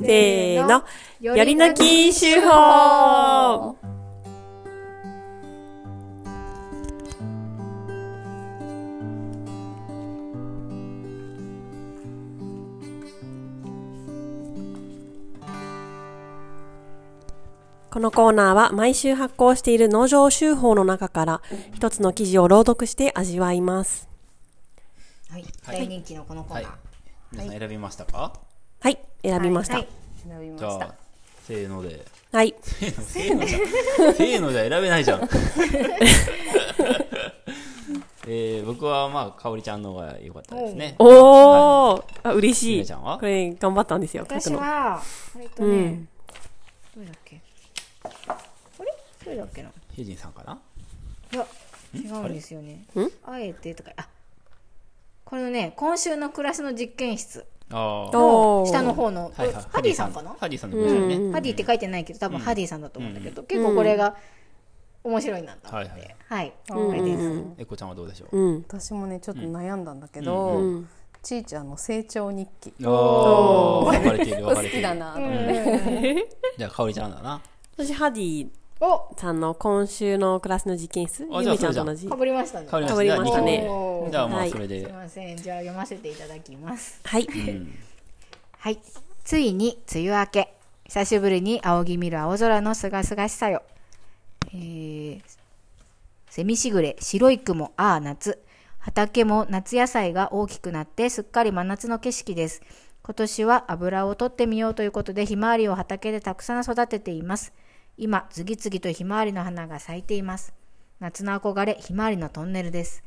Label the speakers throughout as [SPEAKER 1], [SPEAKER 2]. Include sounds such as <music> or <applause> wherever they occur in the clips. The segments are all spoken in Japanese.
[SPEAKER 1] せーの、
[SPEAKER 2] よ
[SPEAKER 1] やり抜き手法このコーナーは毎週発行している農場集法の中から一つの記事を朗読して味わいます。
[SPEAKER 2] はい、
[SPEAKER 3] はい
[SPEAKER 2] 大人気のこのコーナー。
[SPEAKER 3] はい皆さん選びましたか
[SPEAKER 1] はい、選びました。
[SPEAKER 2] は
[SPEAKER 1] はい
[SPEAKER 2] い、選びま
[SPEAKER 3] じゃ
[SPEAKER 2] し
[SPEAKER 3] あ
[SPEAKER 2] た。
[SPEAKER 3] せーので
[SPEAKER 1] はい、
[SPEAKER 3] せーのじゃせーのじゃ選べないじゃん
[SPEAKER 2] <laughs>
[SPEAKER 3] えー、僕はまあかおりちゃんの方が良かったですね
[SPEAKER 1] おー、あ嬉し
[SPEAKER 3] 姫
[SPEAKER 1] い。
[SPEAKER 3] ちゃんは
[SPEAKER 1] これ頑張ったんですよ、書
[SPEAKER 2] 私
[SPEAKER 1] くの。
[SPEAKER 2] は、割と
[SPEAKER 1] う
[SPEAKER 2] ね、
[SPEAKER 1] ん。
[SPEAKER 2] どれだっけあれどれだっけな
[SPEAKER 3] ヒュージンさんかない
[SPEAKER 2] や、違うんですよね
[SPEAKER 1] ん。
[SPEAKER 2] あえてとか、あこれのね、今週の暮らしの実験室
[SPEAKER 3] ああ
[SPEAKER 2] の
[SPEAKER 1] おー
[SPEAKER 2] 下の方の、
[SPEAKER 3] はいはい
[SPEAKER 2] ハディさんかな
[SPEAKER 3] ハディさんの文章ね、
[SPEAKER 2] ハディって書いてないけど、多分ハディさんだと思うんだけど、結構これが面白いなと思っ
[SPEAKER 3] はいはい
[SPEAKER 2] て。はい。
[SPEAKER 4] うん
[SPEAKER 2] これです。
[SPEAKER 3] えこちゃんはどうでしょう、
[SPEAKER 1] うん。
[SPEAKER 4] 私もねちょっと悩んだんだけど、ちいちゃんの成長日記
[SPEAKER 3] ああ分かれている分
[SPEAKER 4] 好
[SPEAKER 3] かれてい
[SPEAKER 4] き
[SPEAKER 3] る
[SPEAKER 4] だな、
[SPEAKER 1] <laughs>
[SPEAKER 3] じゃあかおりちゃんだな
[SPEAKER 1] 私、ハディ
[SPEAKER 2] お
[SPEAKER 1] さんの今週のクラスの実験室、
[SPEAKER 3] あ
[SPEAKER 1] ゆ
[SPEAKER 3] じゃあ
[SPEAKER 1] みちゃんと同じ
[SPEAKER 2] か。ぶりましたね。
[SPEAKER 3] かおり
[SPEAKER 1] かおりましたね
[SPEAKER 3] じゃあまあそれで
[SPEAKER 2] <laughs>
[SPEAKER 3] す
[SPEAKER 2] い、ません。じゃあ読ませていただきます。
[SPEAKER 1] はい。
[SPEAKER 3] うん
[SPEAKER 2] はい。ついに梅雨明け。久しぶりに仰ぎ見る青空のすがすがしさよ。えー、セミしぐれ、白い雲、ああ夏。畑も夏野菜が大きくなってすっかり真夏の景色です。今年は油を取ってみようということでひまわりを畑でたくさん育てています。今、次々とひまわりの花が咲いています。夏の憧れ、ひまわりのトンネルです。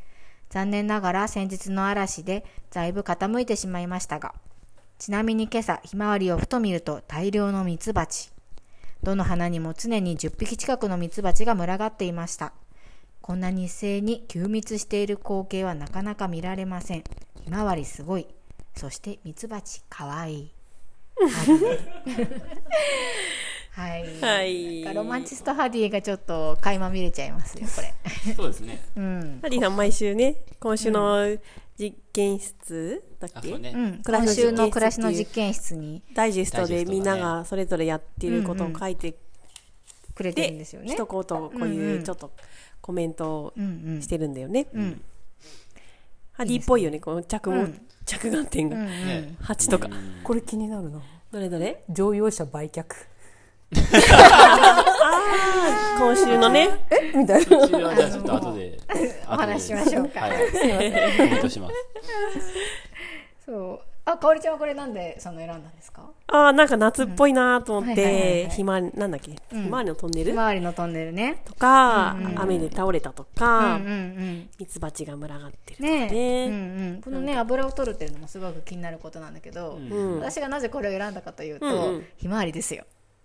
[SPEAKER 2] 残念ながら先日の嵐でだいぶ傾いてしまいましたが、ちなみに今朝、ひまわりをふと見ると大量のミツバチ。どの花にも常に10匹近くのミツバチが群がっていました。こんなに一斉に休密している光景はなかなか見られません。ひまわりすごい。そしてミツバチかわいい。
[SPEAKER 1] <laughs>
[SPEAKER 2] はい。
[SPEAKER 1] はい
[SPEAKER 2] なんかロマンチストハディがちょっと垣間見れちゃいますよ、これ。
[SPEAKER 3] そうですね
[SPEAKER 2] うん。
[SPEAKER 1] ハディさん、毎週ね、今週の実験室だ
[SPEAKER 3] あ
[SPEAKER 1] っ
[SPEAKER 3] そ
[SPEAKER 1] け、
[SPEAKER 3] うね、
[SPEAKER 2] うん。
[SPEAKER 1] 暮ら
[SPEAKER 2] 今
[SPEAKER 1] しの実験室っていう
[SPEAKER 2] 週の暮らしの実験室に
[SPEAKER 1] ダイジェスト
[SPEAKER 3] ダイジェ
[SPEAKER 1] で
[SPEAKER 3] ストだね
[SPEAKER 1] みんながそれぞれやってることを書いて、
[SPEAKER 2] くれてるんですよね
[SPEAKER 1] 一言。こういうちょっとコメントを
[SPEAKER 2] うんうん
[SPEAKER 1] してるんだよね。
[SPEAKER 2] うん。
[SPEAKER 1] ハディっぽいよね、この着目、着眼点が。
[SPEAKER 3] ね
[SPEAKER 1] 8とか。
[SPEAKER 4] これ気になるな
[SPEAKER 1] どれどれ
[SPEAKER 4] 乗用車売却
[SPEAKER 1] 今週のね。
[SPEAKER 4] みたいな
[SPEAKER 3] そちらはじゃあちょっと後で
[SPEAKER 2] <laughs> お話ししましょうか
[SPEAKER 3] はいコメントします
[SPEAKER 2] そう。あ、かおりちゃんはこれなんでその選んだんですか
[SPEAKER 1] ああ、なんか夏っぽいなーと思っ
[SPEAKER 2] うんはいはいはいは
[SPEAKER 1] て、
[SPEAKER 2] い
[SPEAKER 1] ひまわり、なんだっけ、ひまわりのトンネ
[SPEAKER 2] ひ
[SPEAKER 1] ル
[SPEAKER 2] まわりのトンネルね。
[SPEAKER 1] とか、雨で倒れたと
[SPEAKER 2] うんう
[SPEAKER 1] か
[SPEAKER 2] んう、ん。
[SPEAKER 1] ミツバチが群がってるとか
[SPEAKER 2] ねえ。
[SPEAKER 1] ね。
[SPEAKER 2] うんうん。このね、油を取るっていうのもすごく気になることなんだけど、私がなぜこれを選んだかという
[SPEAKER 1] うんう
[SPEAKER 2] と
[SPEAKER 1] ん、
[SPEAKER 2] ひまわりですよ。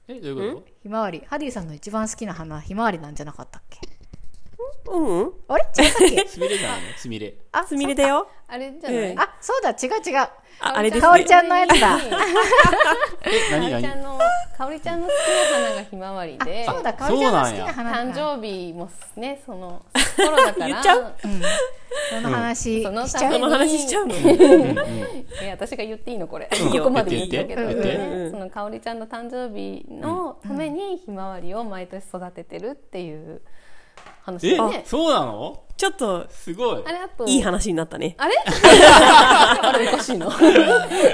[SPEAKER 3] えどういうこ
[SPEAKER 2] ひまわり。ハディさんの一番好きな花、ひまわりなんじゃなかったっけ
[SPEAKER 1] うんうん。
[SPEAKER 2] あれ違ったっ
[SPEAKER 1] <laughs>
[SPEAKER 2] け
[SPEAKER 3] とすみれじゃないのすみれ
[SPEAKER 2] あ、
[SPEAKER 1] つみれだよ。
[SPEAKER 4] あれじゃない、
[SPEAKER 1] うん
[SPEAKER 2] あ、そうだ、違う違う。
[SPEAKER 1] ああれです
[SPEAKER 2] かおり
[SPEAKER 1] ね
[SPEAKER 2] ち。ゃんのやつだ。
[SPEAKER 3] え
[SPEAKER 4] かお
[SPEAKER 3] 何
[SPEAKER 4] りちゃん
[SPEAKER 3] 何
[SPEAKER 4] のかおりちゃんの好きな花がひまわりで
[SPEAKER 2] そうだ、かおりちゃんの好きな花
[SPEAKER 4] 誕
[SPEAKER 2] だ。
[SPEAKER 4] 生日もねその頃だ
[SPEAKER 1] <laughs>
[SPEAKER 4] か
[SPEAKER 1] 言っ
[SPEAKER 4] ら
[SPEAKER 1] ちゃう
[SPEAKER 2] その話
[SPEAKER 4] その
[SPEAKER 2] しちゃ
[SPEAKER 4] ため
[SPEAKER 1] そ
[SPEAKER 2] う
[SPEAKER 4] に
[SPEAKER 1] の話しちゃうの。
[SPEAKER 4] え私が言っていいのこれ
[SPEAKER 3] ん
[SPEAKER 4] ここまで言ったけど
[SPEAKER 3] 言って
[SPEAKER 2] 言って
[SPEAKER 1] 言って
[SPEAKER 4] ねそのかおりちゃんの誕生日のためにひまわりを毎年育ててるっていう話
[SPEAKER 3] え
[SPEAKER 4] だよね
[SPEAKER 3] そうなの
[SPEAKER 1] ちょっと、
[SPEAKER 3] すごい
[SPEAKER 4] あれあと
[SPEAKER 1] いい話になったね。
[SPEAKER 4] あれあれおかしいな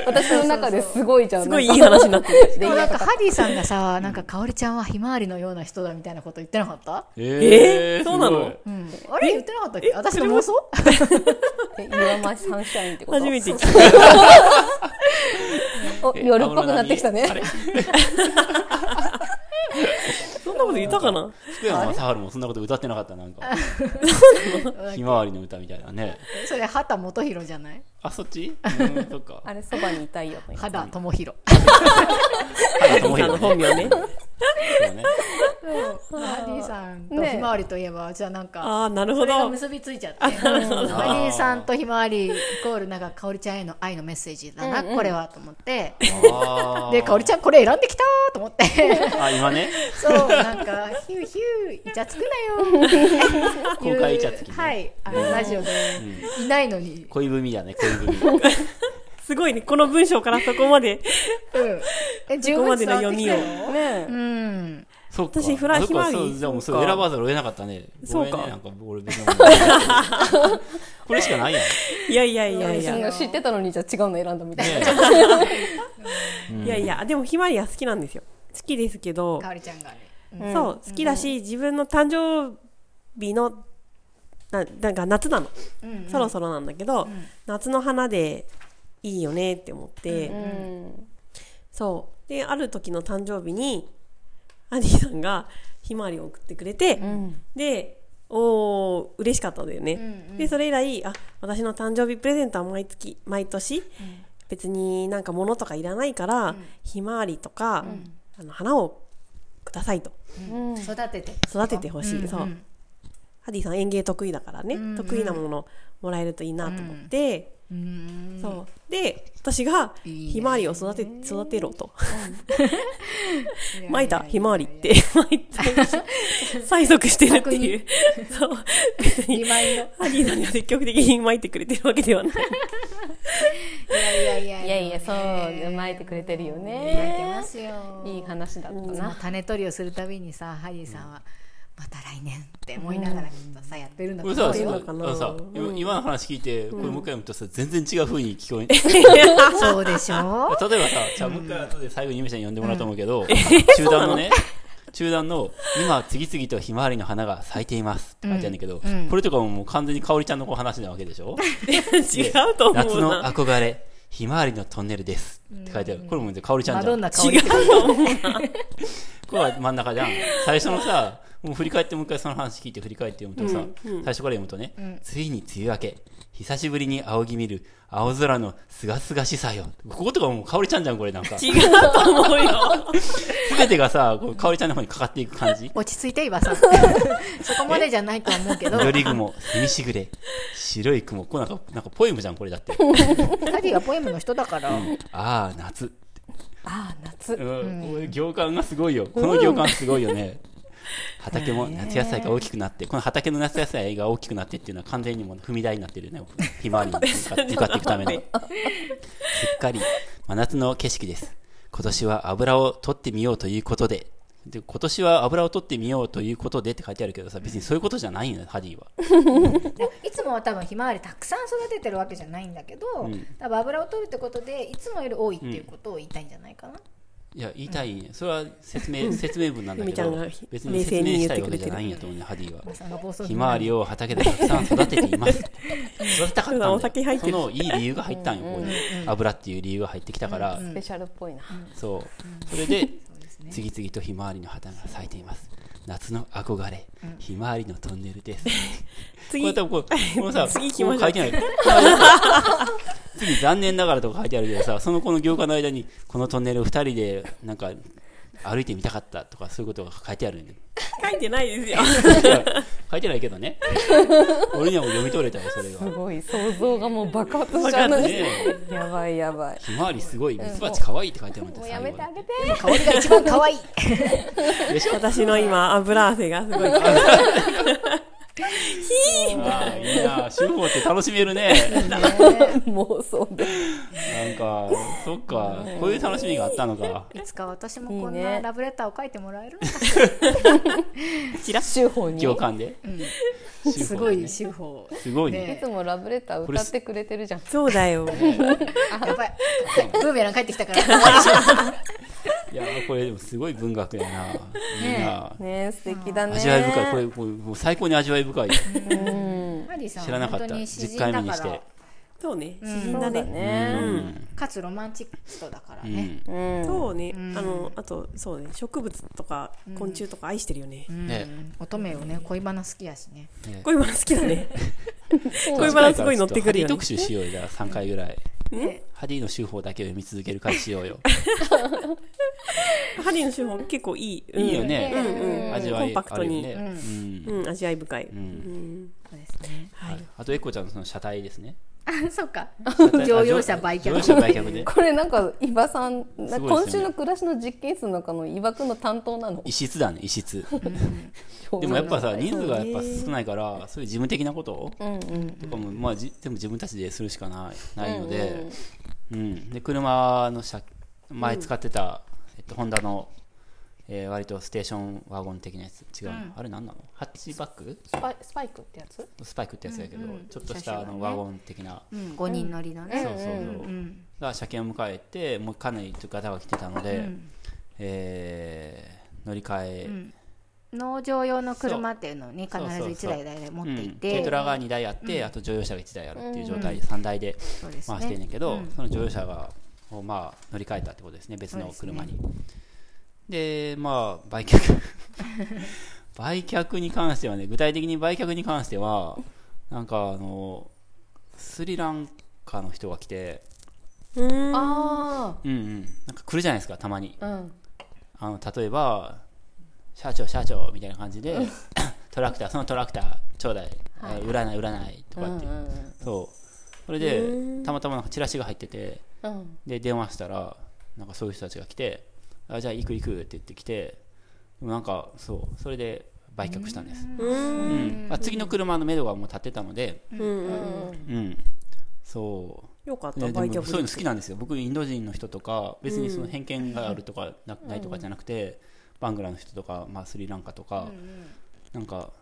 [SPEAKER 4] 私の中ですごいじゃん
[SPEAKER 1] すごいい
[SPEAKER 4] なん
[SPEAKER 1] い
[SPEAKER 4] か
[SPEAKER 1] 話になってる。
[SPEAKER 2] でもなんかハディさんがさ、なんかかおりちゃんはひまわりのような人だみたいなこと言ってなかった？
[SPEAKER 1] えーそうなの
[SPEAKER 3] すごい
[SPEAKER 2] うん、あれ言ってなかったっけ？私の妄想？
[SPEAKER 4] え岩間サンシャインってこと
[SPEAKER 1] 初めて聞い
[SPEAKER 4] お夜っぽくなってきたね
[SPEAKER 3] あれ
[SPEAKER 1] た。そんなこと言ったかな
[SPEAKER 3] 福山雅治もそんなこと歌ってなかったなんかひまわりの歌みたいなね
[SPEAKER 2] <laughs> それ畑元博じゃない？
[SPEAKER 3] あそっ
[SPEAKER 2] <laughs>
[SPEAKER 3] ちうんそっか
[SPEAKER 4] あれそばにいたいよ
[SPEAKER 2] 肌智博。
[SPEAKER 3] あともう
[SPEAKER 1] さんの本名ね。
[SPEAKER 3] そう
[SPEAKER 2] <laughs>
[SPEAKER 3] ね
[SPEAKER 2] ハディさんと
[SPEAKER 4] ね
[SPEAKER 2] ひまわりといえばじゃあなんか。
[SPEAKER 1] ああ、なる
[SPEAKER 2] そ
[SPEAKER 1] ほ
[SPEAKER 2] れが
[SPEAKER 1] ど。
[SPEAKER 2] 結びついちゃってハディさんとひまわりイコールなんかかおりちゃんへの愛のメッセージだな、これはと思って
[SPEAKER 3] あー
[SPEAKER 2] でかおりちゃんこれ選んできたーと思って
[SPEAKER 3] <laughs> あ今ね
[SPEAKER 2] そうなんかヒューヒューイチャつくなよー
[SPEAKER 3] 公開イチャつきね
[SPEAKER 2] はいあのラジオでいないのに
[SPEAKER 3] 恋文だね恋文
[SPEAKER 1] すすごいね。この文章からそこまで。
[SPEAKER 2] うんえ、
[SPEAKER 1] そこまでの読みを
[SPEAKER 2] 十分伝わってきたよ
[SPEAKER 4] ね
[SPEAKER 2] う。ん。
[SPEAKER 3] そうか。
[SPEAKER 1] 私フラひまわり
[SPEAKER 3] あそうかそうじゃあもうそ
[SPEAKER 1] そう
[SPEAKER 3] れ
[SPEAKER 1] か
[SPEAKER 3] 選ばざるを得なかったね。
[SPEAKER 1] そうか
[SPEAKER 3] ごめんね、なんか俺別に思わない <laughs> これしかないやん。
[SPEAKER 1] いやいやいやい
[SPEAKER 4] 私
[SPEAKER 1] や。
[SPEAKER 4] も知ってたのにじゃあ違うの選んだみたいな。
[SPEAKER 3] ね
[SPEAKER 1] いやいや、でもひまわりは好きなんですよ。好きですけど
[SPEAKER 2] か、おりちゃんがね。
[SPEAKER 1] そう、好きだし、自分の誕生日の、ななんか夏なの、
[SPEAKER 2] うん
[SPEAKER 1] そろそろなんだけど、夏の花でいいよねって思って、
[SPEAKER 4] うん。
[SPEAKER 1] そう。で、ある時の誕生日に、アニーさんがひまわりを送ってくれて、
[SPEAKER 4] うん。
[SPEAKER 1] で、おー嬉しかったんだよね。
[SPEAKER 2] ん
[SPEAKER 1] で、それ以来、あ、私の誕生日プレゼントは毎月、毎年、別になんか物とかいらないから、ひまわりとか、あの花をくださいと。
[SPEAKER 4] うん。
[SPEAKER 2] 育てて。
[SPEAKER 1] 育ててほしい。そう。ハディさん園芸得意だからね、得意なものもらえるといいなと思って、
[SPEAKER 2] うん。
[SPEAKER 1] そう。で、私が、
[SPEAKER 2] いいね
[SPEAKER 1] ひまわりを育て、育てろと。
[SPEAKER 2] い
[SPEAKER 1] <laughs>
[SPEAKER 2] や
[SPEAKER 1] まいた、
[SPEAKER 2] やや
[SPEAKER 1] ひまわりって、まいた、催促してるっていう。そう。別に、
[SPEAKER 2] 二枚
[SPEAKER 4] <laughs>
[SPEAKER 2] の。
[SPEAKER 1] ハリーさんが積極的に巻いてくれてるわけで
[SPEAKER 2] <laughs>
[SPEAKER 1] はない。
[SPEAKER 2] いやいやいや。
[SPEAKER 4] いやいや、そう、巻いてくれてるよね。
[SPEAKER 2] 巻いてますよ
[SPEAKER 4] いい話だった
[SPEAKER 2] いつも
[SPEAKER 4] な。
[SPEAKER 2] 種取りをするたびにさハリーさんは「また来年」って思いながらきっとさやってるんだ
[SPEAKER 3] ことれ
[SPEAKER 2] 思
[SPEAKER 3] さ、
[SPEAKER 2] う
[SPEAKER 1] そう
[SPEAKER 2] よ
[SPEAKER 1] なのかな
[SPEAKER 3] あのさ、今今の話聞いて、これもう一回見たらさ、全然違う風に聞こえん。 <laughs>
[SPEAKER 2] <laughs> そうでし
[SPEAKER 4] <laughs>
[SPEAKER 2] ょ
[SPEAKER 3] 例えばさ、じゃあもう一回後で最後にゆめちゃんに呼んでもらうと思うけど、中
[SPEAKER 1] <laughs>
[SPEAKER 3] 段のね、中段の、今次々とひまわりの花が咲いていますって書いてあるんだけど、これとかももう完全にかおりちゃんのこう話なわけでしょ
[SPEAKER 1] 違うと思
[SPEAKER 3] 夏
[SPEAKER 1] う
[SPEAKER 3] の
[SPEAKER 1] な。
[SPEAKER 3] 憧れ、ひまわりのトンネルですって書いてある。これもかおりちゃ
[SPEAKER 2] マ
[SPEAKER 3] んじゃ
[SPEAKER 2] ドン
[SPEAKER 3] ん。
[SPEAKER 2] ナ
[SPEAKER 3] こ
[SPEAKER 2] 香りってこと
[SPEAKER 3] こは真ん中じゃん。最初のさ、もう振り返ってもう一回その話聞いて振り返って読むとさ、最初から読むとね、ついに梅雨明け、久しぶりに仰ぎ見る青空のすがすがしさよ。こことかもうかおりちゃんじゃん、これなんか。
[SPEAKER 1] 違うと思うよ。
[SPEAKER 3] すべてがさ、こう、かおりちゃんの方にかかっていく感
[SPEAKER 2] <laughs>
[SPEAKER 3] じ。
[SPEAKER 2] 落ち着いて今
[SPEAKER 4] <laughs>
[SPEAKER 2] さそこまでじゃないとは思うけどハ
[SPEAKER 3] 緑雲、セミしぐれ、白い雲。これなんか、なんかポエムじゃん、これだって。
[SPEAKER 2] リーはポエムの人だから
[SPEAKER 3] ああ、夏。
[SPEAKER 4] ああ、夏。
[SPEAKER 3] うん。俺行間がすごいよ。この行間すごいよね。畑も夏野菜が大きくなって、この畑の夏野菜が大きくなってっていうのは完全にもう踏み台になってるよね。ひまわりに向かって向かっていくための。すっかり真夏の景色です。今年は油を取ってみようということで。で今年は油を取ってみようということでって書いてあるけどさ、別にそういうことじゃないよね、ハディは。
[SPEAKER 2] いつもは多分ひまわりたくさん育ててるわけじゃないんだけど、多分油を取るってことでいつもより多いっていうことを言いたいんじゃないかな、
[SPEAKER 3] いや、言いたい、それは説明、説明文なんだけ
[SPEAKER 1] みちゃん
[SPEAKER 3] ど
[SPEAKER 1] が、
[SPEAKER 3] 別に説明したいわけじゃないんやと思うね、ハディは。
[SPEAKER 2] その暴走
[SPEAKER 3] ひまわりを畑でたくさん育てて
[SPEAKER 1] <laughs>
[SPEAKER 3] います。育てたかったんだよ
[SPEAKER 1] お酒入ってる
[SPEAKER 3] そのいい理由が入ったんよ、ここに。油っていう理由が入ってきたから、
[SPEAKER 4] スペシャルっぽいな。
[SPEAKER 3] そう。それで、次々とひまわりの花が咲いています。夏の憧れ、ひまわりのトンネルです。こ
[SPEAKER 1] 次
[SPEAKER 3] れ、多分こう、この
[SPEAKER 1] <laughs>
[SPEAKER 3] さ、
[SPEAKER 1] 次行きましょう
[SPEAKER 3] こう書いてない。 <laughs> 次、残念ながらとか書いてあるけどさ、その子の行間の間に、このトンネルを二人で、なんか、歩いてみたかったとか、そういうことが書いてあるんだよ。
[SPEAKER 1] 書いてないですよ。
[SPEAKER 3] 書いてないけどね。俺にはもう読み取れたよ、それが。
[SPEAKER 4] すごい、想像がもう爆発しちゃう
[SPEAKER 3] ね
[SPEAKER 4] ね。
[SPEAKER 3] え
[SPEAKER 4] やばいやばい。
[SPEAKER 3] ひまわりすごい、ミツバチ可愛いって書いてあるんだ
[SPEAKER 4] も
[SPEAKER 3] よ
[SPEAKER 4] うやめてあ
[SPEAKER 3] 最後
[SPEAKER 4] げ
[SPEAKER 2] <laughs>
[SPEAKER 4] て。
[SPEAKER 2] 香りが一番可愛い
[SPEAKER 1] 私の今、油汗がすごい。
[SPEAKER 2] <laughs>
[SPEAKER 3] ああ、いいな。主婦って楽しめるね。
[SPEAKER 4] もうそうで。
[SPEAKER 3] なんか、そっか、こういう楽しみがあったのか。
[SPEAKER 2] いつか私もこん
[SPEAKER 4] いい
[SPEAKER 2] な
[SPEAKER 4] ね
[SPEAKER 2] ラブレターを書いてもらえるのか
[SPEAKER 4] チラッシュ法に。
[SPEAKER 3] 共感で。
[SPEAKER 2] す
[SPEAKER 3] す
[SPEAKER 2] ごい手法
[SPEAKER 3] すごい
[SPEAKER 4] い
[SPEAKER 3] ね。
[SPEAKER 4] つもラブレター歌ってくれてるじゃん。
[SPEAKER 1] そうだ
[SPEAKER 3] <laughs>
[SPEAKER 1] よ。
[SPEAKER 2] やばいブーメラン帰ってきたから
[SPEAKER 3] いや、これでもすごい文学やな。いいな。
[SPEAKER 4] ねえ素敵だね。
[SPEAKER 3] 味わい深い。これ、これもう最高に味わい深い。
[SPEAKER 2] ハリーさん
[SPEAKER 3] 知らな
[SPEAKER 2] は
[SPEAKER 3] か
[SPEAKER 2] 本
[SPEAKER 3] っ
[SPEAKER 2] 当
[SPEAKER 3] た。
[SPEAKER 2] に詩
[SPEAKER 3] 10
[SPEAKER 2] 人
[SPEAKER 3] 回目
[SPEAKER 2] だ
[SPEAKER 3] に
[SPEAKER 2] か
[SPEAKER 3] して
[SPEAKER 2] ら。
[SPEAKER 1] そうね。詩人だ
[SPEAKER 4] そうだ
[SPEAKER 1] ね。
[SPEAKER 4] ね。
[SPEAKER 2] かつロマンチストだから
[SPEAKER 3] う
[SPEAKER 2] ね、
[SPEAKER 3] ん。
[SPEAKER 4] うん。
[SPEAKER 1] そうね。あの、あと、そうね。植物とか昆虫とか愛してるよね。
[SPEAKER 3] ね
[SPEAKER 2] 乙女をね恋バナ好きやしね
[SPEAKER 1] 恋バナ好きだ
[SPEAKER 3] <laughs>
[SPEAKER 1] ね。恋バナすごい乗ってくるよね
[SPEAKER 3] ハディ特。集しようよ、じゃあ3回ぐらい。ハディの手法だけを読み続ける回しようよ。
[SPEAKER 1] ハリーの手法結構いい。うん
[SPEAKER 3] いいよね。味わいあるよね。
[SPEAKER 1] コンパクトに
[SPEAKER 3] うん
[SPEAKER 1] うん、味わい深い。
[SPEAKER 2] そうですね
[SPEAKER 1] はい。
[SPEAKER 3] あと、エコちゃんのその車体ですね。
[SPEAKER 2] あそうか
[SPEAKER 3] 体
[SPEAKER 2] <laughs> 乗用車売
[SPEAKER 3] 乗用
[SPEAKER 2] 却
[SPEAKER 3] 車
[SPEAKER 2] <laughs>
[SPEAKER 3] 売却で。
[SPEAKER 4] これなんか、伊庭さん、
[SPEAKER 3] すね
[SPEAKER 4] 今週の暮らしの実験室の中の伊庭くんの担当なの
[SPEAKER 3] 異。質だね、異質。でもやっぱさ、人数がやっぱ少ないから、そういう事務的なこととかも、まあ、じでも自分たちでするしかないないので、ううん、で車の車前使ってた、えっと、ホンダの、えー割とステーションワゴン的なやつ違うの、あれ何なのハッチバック
[SPEAKER 4] スパイスパイクってやつ
[SPEAKER 3] スパイクってやつだけど、
[SPEAKER 2] うんうん
[SPEAKER 3] ちょっとし
[SPEAKER 2] 車
[SPEAKER 3] た
[SPEAKER 2] 種
[SPEAKER 3] あ
[SPEAKER 2] が
[SPEAKER 3] の、
[SPEAKER 2] ね
[SPEAKER 3] ワゴン的な、
[SPEAKER 2] うん、5人乗りの
[SPEAKER 3] そう
[SPEAKER 2] ね。
[SPEAKER 3] そうそう、
[SPEAKER 2] うん。
[SPEAKER 3] が車検を迎えてもうかなりガタが来てたので、えー乗り換え、
[SPEAKER 2] うん農場用の車っていうのをね、必
[SPEAKER 3] そう
[SPEAKER 2] ず
[SPEAKER 3] そうそう
[SPEAKER 2] 1台大体持ってい
[SPEAKER 3] うん軽ト
[SPEAKER 2] て、
[SPEAKER 3] ラが2台あって、あと乗用車が1台あるっていう状態
[SPEAKER 2] うん
[SPEAKER 3] で3台で
[SPEAKER 2] そうです
[SPEAKER 3] 回してんね
[SPEAKER 2] ね。
[SPEAKER 3] んけど、
[SPEAKER 2] うん
[SPEAKER 3] その乗用車がをまあ乗り換えたってことですね別の車にで,、まあ売却 <laughs> 売却に関してはね具体的に売却に関してはなんかあのスリランカの人が来て
[SPEAKER 1] うーん。
[SPEAKER 4] あ
[SPEAKER 3] うんうんなんか来るじゃないですかたまに
[SPEAKER 4] あうん
[SPEAKER 3] あの例えば社長社長みたいな感じで <laughs> トラクターそのトラクターちょうだい、
[SPEAKER 4] はい
[SPEAKER 3] 売らない売らないと
[SPEAKER 4] うんう
[SPEAKER 3] かって、
[SPEAKER 4] ん
[SPEAKER 3] そうそれでたまたまなんかチラシが入ってて
[SPEAKER 4] うん
[SPEAKER 3] で電話したらなんかそういう人たちが来てあじゃあ行く行くって言ってきてでもなんかそうそれで売却したんです、うんまあ、次の車の目処がもう立ってたので
[SPEAKER 1] うんうん
[SPEAKER 4] う
[SPEAKER 1] うん。
[SPEAKER 4] ん
[SPEAKER 3] うんそう
[SPEAKER 1] よかっ
[SPEAKER 3] い
[SPEAKER 1] た、
[SPEAKER 3] やで
[SPEAKER 1] 売
[SPEAKER 3] も
[SPEAKER 1] 却
[SPEAKER 3] そういうの
[SPEAKER 1] 率
[SPEAKER 3] 好きなんですよ僕インド人の人とか別にその偏見があるとかな,、いとかじゃなくてバングラの人とか、まあ、スリランカとか、なんか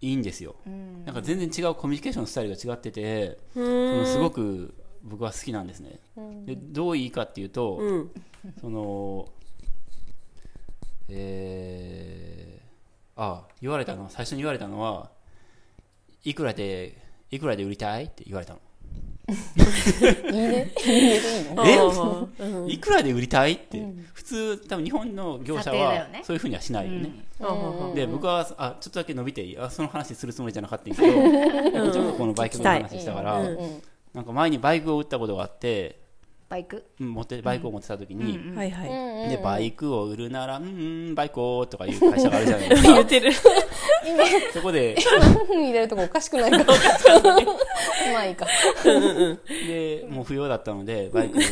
[SPEAKER 3] いいんですよ、なんか全然違うコミュニケーションスタイルが違ってて
[SPEAKER 1] う
[SPEAKER 3] そ
[SPEAKER 1] ーん
[SPEAKER 3] のすごく僕は好きなんですね、でどういいかっていうと、
[SPEAKER 1] うん。
[SPEAKER 3] そのえー、あ言われたの最初に言われたのはいくらでいくらで売りたいって言わ
[SPEAKER 4] <laughs>
[SPEAKER 3] れたのえ
[SPEAKER 1] あー
[SPEAKER 3] いくらで売りたいって、普通多分日本の業者
[SPEAKER 2] 査定だよ
[SPEAKER 3] は
[SPEAKER 2] ね
[SPEAKER 3] そういうふうにはしないよね、
[SPEAKER 1] あー
[SPEAKER 3] で僕はあちょっとだけ伸びていいあその話するつもりじゃなかったんやけどちょっとこのバイクの話したから、
[SPEAKER 4] うん
[SPEAKER 3] なんか前にバイクを売ったことがあって
[SPEAKER 2] バイ
[SPEAKER 3] <laughs>
[SPEAKER 2] ク
[SPEAKER 3] うん持ってバイクを持ってた時に、
[SPEAKER 1] はいはい。
[SPEAKER 3] でバイクを売るならうんうんバイクをとかいう会社があるじゃないです <laughs>
[SPEAKER 1] 言
[SPEAKER 3] か
[SPEAKER 1] ってる。
[SPEAKER 3] そこ <laughs> で
[SPEAKER 4] うん入れるとこおかしくないかまあいいか
[SPEAKER 3] でもう不要だったのでバイクに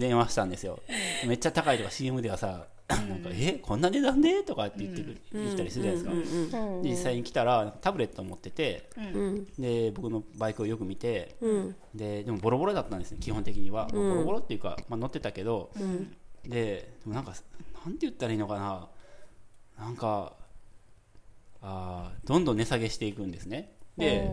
[SPEAKER 3] 電話したんですよめっちゃ高いとか CM ではさ「なんかえこんな値段で?」とかって言ってくる、言ったりするじゃないですか、で実際に来たらタブレットを持ってて、で僕のバイクをよく見て、ででもボロボロだったんですね基本的には、ボロボロっていうか、まあ、乗ってたけど、ででもなんかなんて言ったらいいのかななんかあーどんどん値下げしていくんですねで,、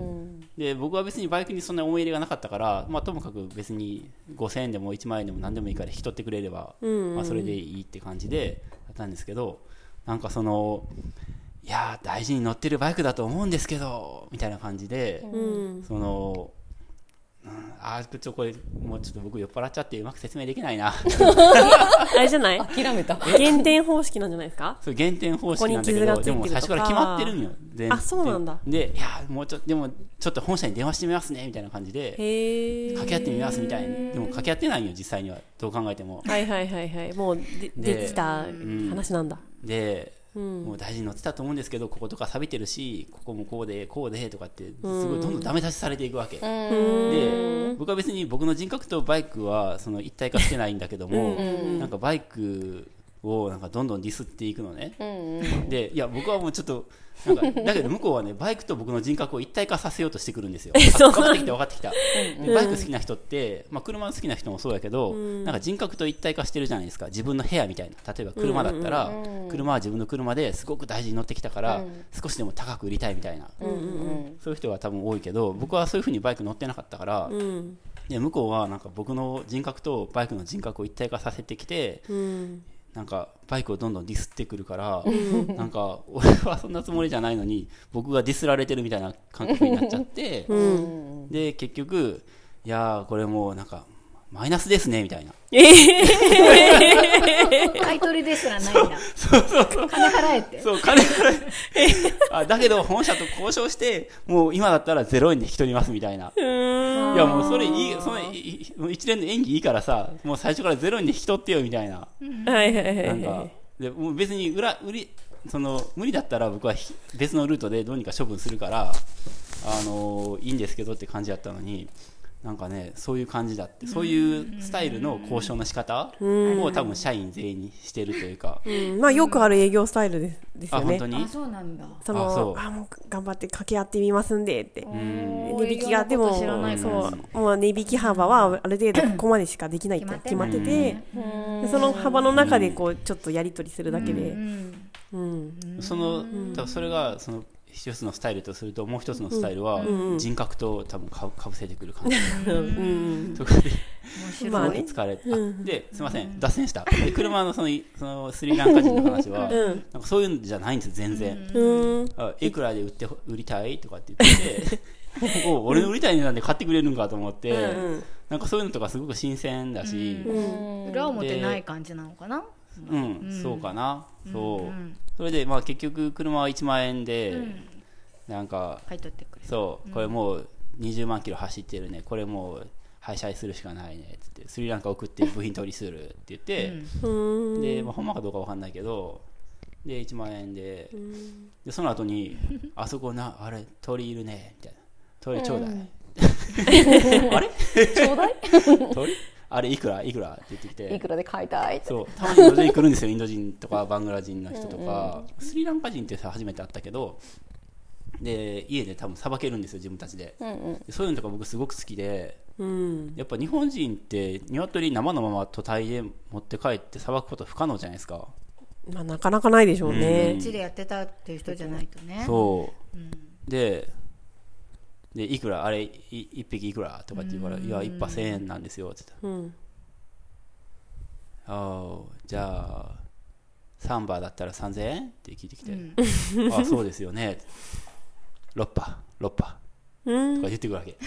[SPEAKER 3] で僕は別にバイクにそんな思い入れがなかったから、まあ、ともかく別に5000円でも1万円でも何でもいいから引き取ってくれれば、まあ、それでいいって感じでだったんですけどなんかそのいやー大事に乗ってるバイクだと思うんですけどみたいな感じで、
[SPEAKER 1] うん。
[SPEAKER 3] その、うん、あーちょっとこれもうちょっと僕酔っ払っちゃってうまく説明できないな
[SPEAKER 1] あれじゃない
[SPEAKER 4] 諦
[SPEAKER 1] <laughs>
[SPEAKER 4] めた
[SPEAKER 1] 減点方式なんじゃないですか
[SPEAKER 3] そう減点方式なんだけ
[SPEAKER 1] ここに傷
[SPEAKER 3] ど
[SPEAKER 1] がついて
[SPEAKER 3] で
[SPEAKER 1] ると
[SPEAKER 3] も
[SPEAKER 1] か
[SPEAKER 3] 最初から決まってるんよ全
[SPEAKER 1] あそうなんだ
[SPEAKER 3] でいやーもうちょっとでもちょっと本社に電話してみますねみたいな感じで
[SPEAKER 1] へえ。
[SPEAKER 3] 掛け合ってみますみたいにでも掛け合ってないよ実際にはどう考えても
[SPEAKER 1] はいはいはいはい。もうで
[SPEAKER 3] で
[SPEAKER 1] できた話なんだ。
[SPEAKER 3] で、もう大事に乗ってたと思うんですけどこことか錆びてるしここもこうでこうでとかってすごいどんどんダメ出しされていくわけ、で僕は別に僕の人格とバイクはその一体化してないんだけどもなんかバイクをなんかどんどんディスっていくのね、でいや僕はもうちょっとなんかだけど向こうはねバイクと僕の人格を一体化させようとしてくるんですよ
[SPEAKER 1] そう
[SPEAKER 3] 分かってきた分かってきたでバイク好きな人って、まあ、車好きな人もそうやけど、なんか人格と一体化してるじゃないですか自分の部屋みたいな例えば車だったら、車は自分の車ですごく大事に乗ってきたから、少しでも高く売りたいみたいな、そういう人が多分多いけど僕はそういうふうにバイク乗ってなかったから、
[SPEAKER 1] うん。
[SPEAKER 3] で向こうはなんか僕の人格とバイクの人格を一体化させてきて、
[SPEAKER 1] うん。
[SPEAKER 3] なんかバイクをどんどんディスってくるから、なんか俺はそんなつもりじゃないのに僕がディスられてるみたいな感覚になっちゃって、で結局いやーこれもうなんかマイナスですねみたいな
[SPEAKER 2] 買い取りですらないんだ。金払えって。
[SPEAKER 3] そう金払い <laughs> あだけど本社と交渉してもう今だったら0円で引き取りますみたいな。いやもうそれいいそのいいもう一連の演技いいからさもう最初から0円で引き取ってよみたいな。
[SPEAKER 1] はいはい
[SPEAKER 3] な
[SPEAKER 1] は
[SPEAKER 3] ん
[SPEAKER 1] いは
[SPEAKER 3] か
[SPEAKER 1] い。、
[SPEAKER 3] でもう別に裏売りその無理だったら僕はひ別のルートでどうにか処分するから、あのーいいんですけどって感じだったのに、なんかねそういう感じだってそういうスタイルの交渉の仕方
[SPEAKER 1] うん
[SPEAKER 3] を多分社員全員にしてるというか、
[SPEAKER 1] うんまあよくある営業スタイルですです
[SPEAKER 3] あ
[SPEAKER 1] よ
[SPEAKER 3] 本
[SPEAKER 1] ね
[SPEAKER 3] 当に
[SPEAKER 2] あそうなんだ
[SPEAKER 1] そ
[SPEAKER 3] あそう
[SPEAKER 1] のあもう頑張って掛け合ってみますんでって
[SPEAKER 3] ん
[SPEAKER 1] 値引きがでも
[SPEAKER 4] 知らないか
[SPEAKER 1] そ
[SPEAKER 4] ら
[SPEAKER 1] うもう値引き幅はある程度ここまでしかできないって
[SPEAKER 2] 決
[SPEAKER 1] 決
[SPEAKER 2] ま
[SPEAKER 1] ま
[SPEAKER 2] っ
[SPEAKER 1] ってて
[SPEAKER 2] んだ
[SPEAKER 1] てでその幅の中でこうちょっとやり取りするだけ
[SPEAKER 2] う
[SPEAKER 1] で、
[SPEAKER 2] ん
[SPEAKER 1] うん
[SPEAKER 3] その多分それがその一つのスタイルとするともう一つのスタイルは人格と多分かかぶせてくる感じ、
[SPEAKER 1] うん
[SPEAKER 3] そこで
[SPEAKER 2] 面白い
[SPEAKER 1] まあね
[SPEAKER 3] 疲れて、あですいません脱線したで車のそのいそのスリランカ人の話は、
[SPEAKER 1] うん
[SPEAKER 3] なんかそういうんじゃないんです全然、
[SPEAKER 1] うん
[SPEAKER 3] あいくらで売ってほ売りたいとかって
[SPEAKER 1] <laughs>
[SPEAKER 3] 言っててお俺の売りたい値段で買ってくれるんかと思って、
[SPEAKER 1] うん
[SPEAKER 3] なんかそういうのとかすごく新鮮だし、
[SPEAKER 1] う
[SPEAKER 3] うん
[SPEAKER 1] ん
[SPEAKER 2] 裏表ない感じなのかな
[SPEAKER 3] そうかな、そう、
[SPEAKER 2] うん
[SPEAKER 3] それでまあ結局車は1万円で、なんか
[SPEAKER 2] 買い取ってくれる
[SPEAKER 3] そうこれもう20万キロ走ってるねこれもう廃車にするしかないねっつってスリランカ送って部品取りするって言って、
[SPEAKER 1] うん
[SPEAKER 3] で、まあ、ほんまかどうかわかんないけどで1万円ででその後に「あそこなあれ鳥いるね」みたいな「鳥ちょうだい」 <laughs> あれ
[SPEAKER 4] ちょうだい
[SPEAKER 3] <laughs> 鳥あれいくらいくら?」って言ってきて
[SPEAKER 4] いくらで買いたいって
[SPEAKER 3] そうたまにインド人来るんですよインド人とかバングラ人の人とか、スリランカ人ってさ初めて会ったけどで家で多分さばけるんですよ自分たちで
[SPEAKER 4] うんうん
[SPEAKER 3] でそういうのとか僕すごく好きで
[SPEAKER 1] うん
[SPEAKER 3] やっぱ日本人って鶏生のまま都体で持って帰ってさばくこと不可能じゃないですか
[SPEAKER 1] まあなかなかないでしょう
[SPEAKER 3] う
[SPEAKER 1] ね
[SPEAKER 2] うんちでやってたっていう人じゃないとね
[SPEAKER 3] そう、ででいくらあれい1匹いくらとかって言うから「いや1羽1000円なんですよ」って言っ
[SPEAKER 1] う
[SPEAKER 3] た
[SPEAKER 1] ん
[SPEAKER 3] ら「ああじゃあ3羽だったら3000円?」って聞いてきて「
[SPEAKER 2] ん
[SPEAKER 3] <laughs> あそうですよね」6羽6羽
[SPEAKER 1] うん
[SPEAKER 3] とか言ってくるわけ <laughs>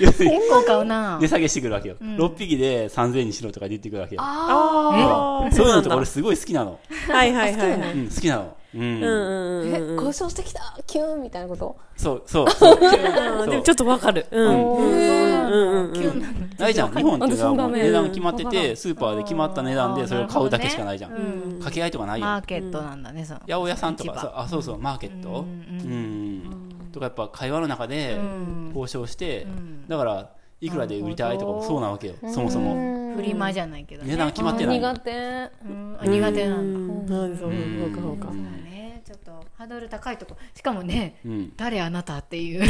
[SPEAKER 2] 結構買うな
[SPEAKER 3] 値下げしてくるわけよ、6匹で3000円にしろとか言ってくるわけよ
[SPEAKER 1] ああ
[SPEAKER 3] そういうのと
[SPEAKER 1] は
[SPEAKER 3] か俺すごい好きなの、
[SPEAKER 1] いはいはいはい
[SPEAKER 3] うん、好きなのうん、
[SPEAKER 1] うんうんうん
[SPEAKER 4] え交渉してきたキュンみたいなこと
[SPEAKER 3] そうそうそう
[SPEAKER 1] うん
[SPEAKER 3] そう
[SPEAKER 1] でもちょっとわかるうん
[SPEAKER 4] おー
[SPEAKER 1] うんうん
[SPEAKER 3] ないじゃん日本っていうのはもう
[SPEAKER 4] 私もダメ
[SPEAKER 3] 値段決まって
[SPEAKER 4] わから
[SPEAKER 3] て
[SPEAKER 4] ん
[SPEAKER 3] スーパーで決まった値段でそれを買うだけしかないじゃん、掛け合いとかないよ
[SPEAKER 2] マーケットなんだねその
[SPEAKER 3] 八百屋さんとか
[SPEAKER 2] 市場
[SPEAKER 3] そうあそうそうマーケットうんとかやっぱ会話の中で交渉してだからいくらで売りたいとかもそうなわけよそもそも
[SPEAKER 2] フリマじゃないけどね
[SPEAKER 3] 値段決まってない
[SPEAKER 4] 苦手
[SPEAKER 2] うんあ苦手なんだ
[SPEAKER 1] うんうんそうそうかそうか
[SPEAKER 2] そうだねちょっとハードル高いとこしかもね
[SPEAKER 3] うん
[SPEAKER 2] 誰あなたって
[SPEAKER 3] <laughs>
[SPEAKER 2] いう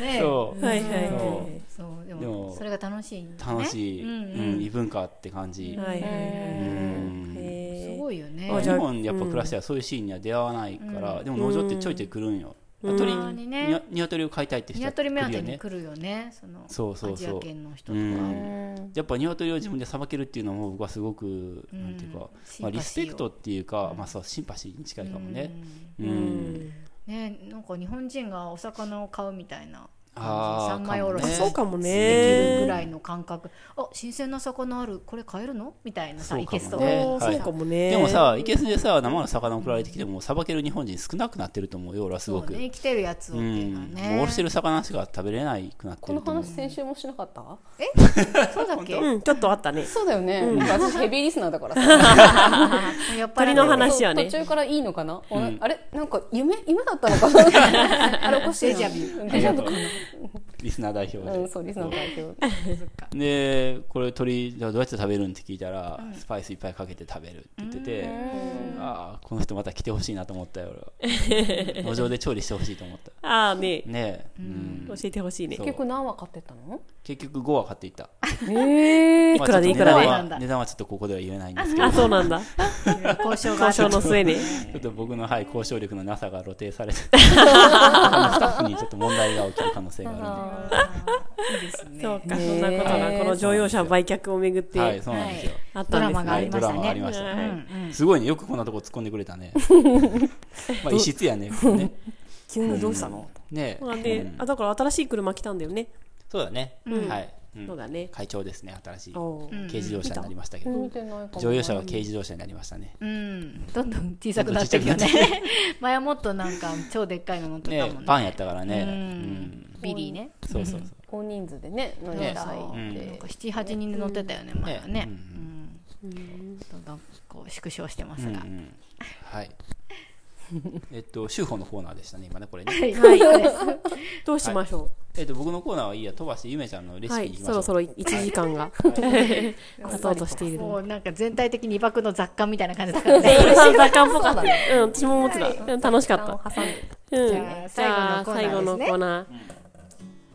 [SPEAKER 2] ね
[SPEAKER 3] そ
[SPEAKER 1] はいはいはい
[SPEAKER 2] そうで
[SPEAKER 3] で
[SPEAKER 2] も
[SPEAKER 3] も
[SPEAKER 2] それが楽しいん
[SPEAKER 3] う
[SPEAKER 2] だね
[SPEAKER 3] 楽しい
[SPEAKER 2] うん
[SPEAKER 3] うん異文化って感じ
[SPEAKER 1] はいはいはい
[SPEAKER 3] うん
[SPEAKER 1] へ
[SPEAKER 2] す
[SPEAKER 1] ー
[SPEAKER 2] ごいよね
[SPEAKER 3] まあ
[SPEAKER 1] あ
[SPEAKER 3] 日
[SPEAKER 1] じゃあ
[SPEAKER 3] 本やっぱ暮らしてはそういうシーンには出会わないからでも農場ってちょいちょい来るんよ鳥
[SPEAKER 2] たまにね
[SPEAKER 3] に鶏を飼いたいって人は来
[SPEAKER 2] 鶏
[SPEAKER 3] る
[SPEAKER 2] 目
[SPEAKER 3] よ
[SPEAKER 2] 当てに
[SPEAKER 3] ね
[SPEAKER 2] 来るよねその
[SPEAKER 3] そうそうそう
[SPEAKER 2] アジア圏の人と
[SPEAKER 3] う
[SPEAKER 2] か
[SPEAKER 3] んやっぱ鶏を自分でさばけるっていうのも僕はすごく、なんていうか、
[SPEAKER 2] シンパシーを
[SPEAKER 3] まあ、リスペクトっていうか、まあ、そうシンパシーに近いかもね。うん
[SPEAKER 2] ねなんか日本人がお魚を買うみたいな
[SPEAKER 3] あー
[SPEAKER 2] 三枚おろし
[SPEAKER 3] かもね
[SPEAKER 2] で
[SPEAKER 1] そうかも
[SPEAKER 2] きるぐ
[SPEAKER 1] ね
[SPEAKER 2] らいの感覚あ新鮮な魚あるこれ買えるのみたいなさ
[SPEAKER 3] そう
[SPEAKER 2] い
[SPEAKER 3] かもね
[SPEAKER 2] けそう
[SPEAKER 1] おー
[SPEAKER 3] はい
[SPEAKER 1] そうかもね
[SPEAKER 3] でもさ、いけすでさ、生の魚送られてきても、さばける日本人少なくなってると思うよ、俺はす
[SPEAKER 2] そ
[SPEAKER 3] ご
[SPEAKER 2] う
[SPEAKER 3] く。
[SPEAKER 2] ね生きてるやつをっ
[SPEAKER 3] う、
[SPEAKER 2] ていうんのは
[SPEAKER 3] もうおろして
[SPEAKER 2] ね
[SPEAKER 3] る魚しか食べれなくなって
[SPEAKER 4] こ
[SPEAKER 3] る
[SPEAKER 4] の
[SPEAKER 3] と思う
[SPEAKER 4] 話。先週もしなかった
[SPEAKER 2] そうだっけ
[SPEAKER 1] うんちょっとあったね
[SPEAKER 4] そうだよねなんか私ヘビーリスナーだか
[SPEAKER 2] <laughs>
[SPEAKER 4] らさ
[SPEAKER 2] やっぱ
[SPEAKER 1] 鳥
[SPEAKER 2] り
[SPEAKER 1] の話はね
[SPEAKER 4] 途中からいいのかなおあれなんか夢夢だったのかなあれおかしいな
[SPEAKER 2] デジャ
[SPEAKER 4] うん
[SPEAKER 3] あ
[SPEAKER 4] デ
[SPEAKER 3] り
[SPEAKER 4] ジ
[SPEAKER 3] が
[SPEAKER 4] ャブ
[SPEAKER 3] とう
[SPEAKER 4] か
[SPEAKER 3] リスナー代表
[SPEAKER 4] うん
[SPEAKER 3] で。
[SPEAKER 4] そうリスナー代表
[SPEAKER 3] で、これ鳥、じゃあどうやって食べるんって聞いたら、スパイスいっぱいかけて食べるって言ってて、ああ、この人また来てほしいなと思ったよ、俺は。農場で調理してほしいと思った。
[SPEAKER 1] ああね
[SPEAKER 3] ねえ。うん
[SPEAKER 1] 教えてほしいね
[SPEAKER 3] そう
[SPEAKER 4] 結局何話買ってったの
[SPEAKER 3] 結局5は買っていった。
[SPEAKER 1] いくらでいくら
[SPEAKER 3] まあ
[SPEAKER 1] で
[SPEAKER 3] ちょ
[SPEAKER 2] なん
[SPEAKER 3] っと値段
[SPEAKER 2] だ
[SPEAKER 3] は値段はちょっとここでは言えないんですけ
[SPEAKER 1] <laughs>
[SPEAKER 3] ど、
[SPEAKER 1] あそうなんだ
[SPEAKER 2] 交渉があ
[SPEAKER 1] 交
[SPEAKER 2] る
[SPEAKER 1] 渉の末ね
[SPEAKER 3] <laughs> ちょっと僕の、はい、交渉力のなさが露呈されて、他のスタッフにちょっと問題が起きる可能性があ
[SPEAKER 2] いいです
[SPEAKER 1] <laughs>
[SPEAKER 2] ね
[SPEAKER 1] そうかそんなことがこの乗用車売却をめぐっ
[SPEAKER 3] るんで。はい、
[SPEAKER 1] て
[SPEAKER 3] そうなんですよ。
[SPEAKER 1] あったんですね
[SPEAKER 2] ドラマがありました
[SPEAKER 3] はいドラマありま
[SPEAKER 2] ね
[SPEAKER 3] した
[SPEAKER 1] はい
[SPEAKER 3] すごいね、よくこんなとこ突っ込んでくれ
[SPEAKER 1] <laughs>
[SPEAKER 3] たね。まあ、異質やね、これね。
[SPEAKER 1] 急にどうしたの
[SPEAKER 3] ねえ
[SPEAKER 1] まあねあだから新しい車来たんだよね
[SPEAKER 3] そうだね。はい。うん
[SPEAKER 1] そうだね
[SPEAKER 3] 会長ですね、新しい。
[SPEAKER 1] おー
[SPEAKER 3] 軽自動車になりましたけど
[SPEAKER 4] 見。てないかも
[SPEAKER 3] 乗用車が軽自動車になりましたね。
[SPEAKER 2] うんどんどん小さくなっていくよ
[SPEAKER 3] どんどん小
[SPEAKER 2] ね <laughs> 前はもっとなんか超でっかいの乗ってた
[SPEAKER 3] ね
[SPEAKER 2] もん
[SPEAKER 3] え
[SPEAKER 2] ね
[SPEAKER 3] パンやったからね。うん。
[SPEAKER 2] ビリーね
[SPEAKER 3] そうそうそう。
[SPEAKER 4] 大人数でね乗りたい
[SPEAKER 2] そうそう
[SPEAKER 4] って
[SPEAKER 2] 78人で乗ってたよね前はね
[SPEAKER 3] ね
[SPEAKER 2] うんどんどんこう縮小してますが
[SPEAKER 3] うんはい。えっと、週報のコーナーでしたね、今ね、これね。
[SPEAKER 1] はい、どうしましょ
[SPEAKER 3] えっと、僕のコーナーはいいや、飛ばしゆめちゃんのレ
[SPEAKER 1] う。
[SPEAKER 3] シ
[SPEAKER 1] は
[SPEAKER 3] ピい
[SPEAKER 1] い、
[SPEAKER 3] きまし
[SPEAKER 1] そ
[SPEAKER 3] ょう。
[SPEAKER 1] ろそろ1時間が経とうとしている
[SPEAKER 2] も
[SPEAKER 1] の
[SPEAKER 2] うなんか全体的にバクの雑感みたいな感じ <laughs> だから
[SPEAKER 1] で。
[SPEAKER 2] ね。
[SPEAKER 1] 雑感っぽかったね。うん、私も思ってた。うん楽しか
[SPEAKER 4] 時間を
[SPEAKER 1] っ
[SPEAKER 4] 挟んで
[SPEAKER 1] た。うん。
[SPEAKER 2] じゃあ最後のコーナーですね
[SPEAKER 1] 最後のコーナー。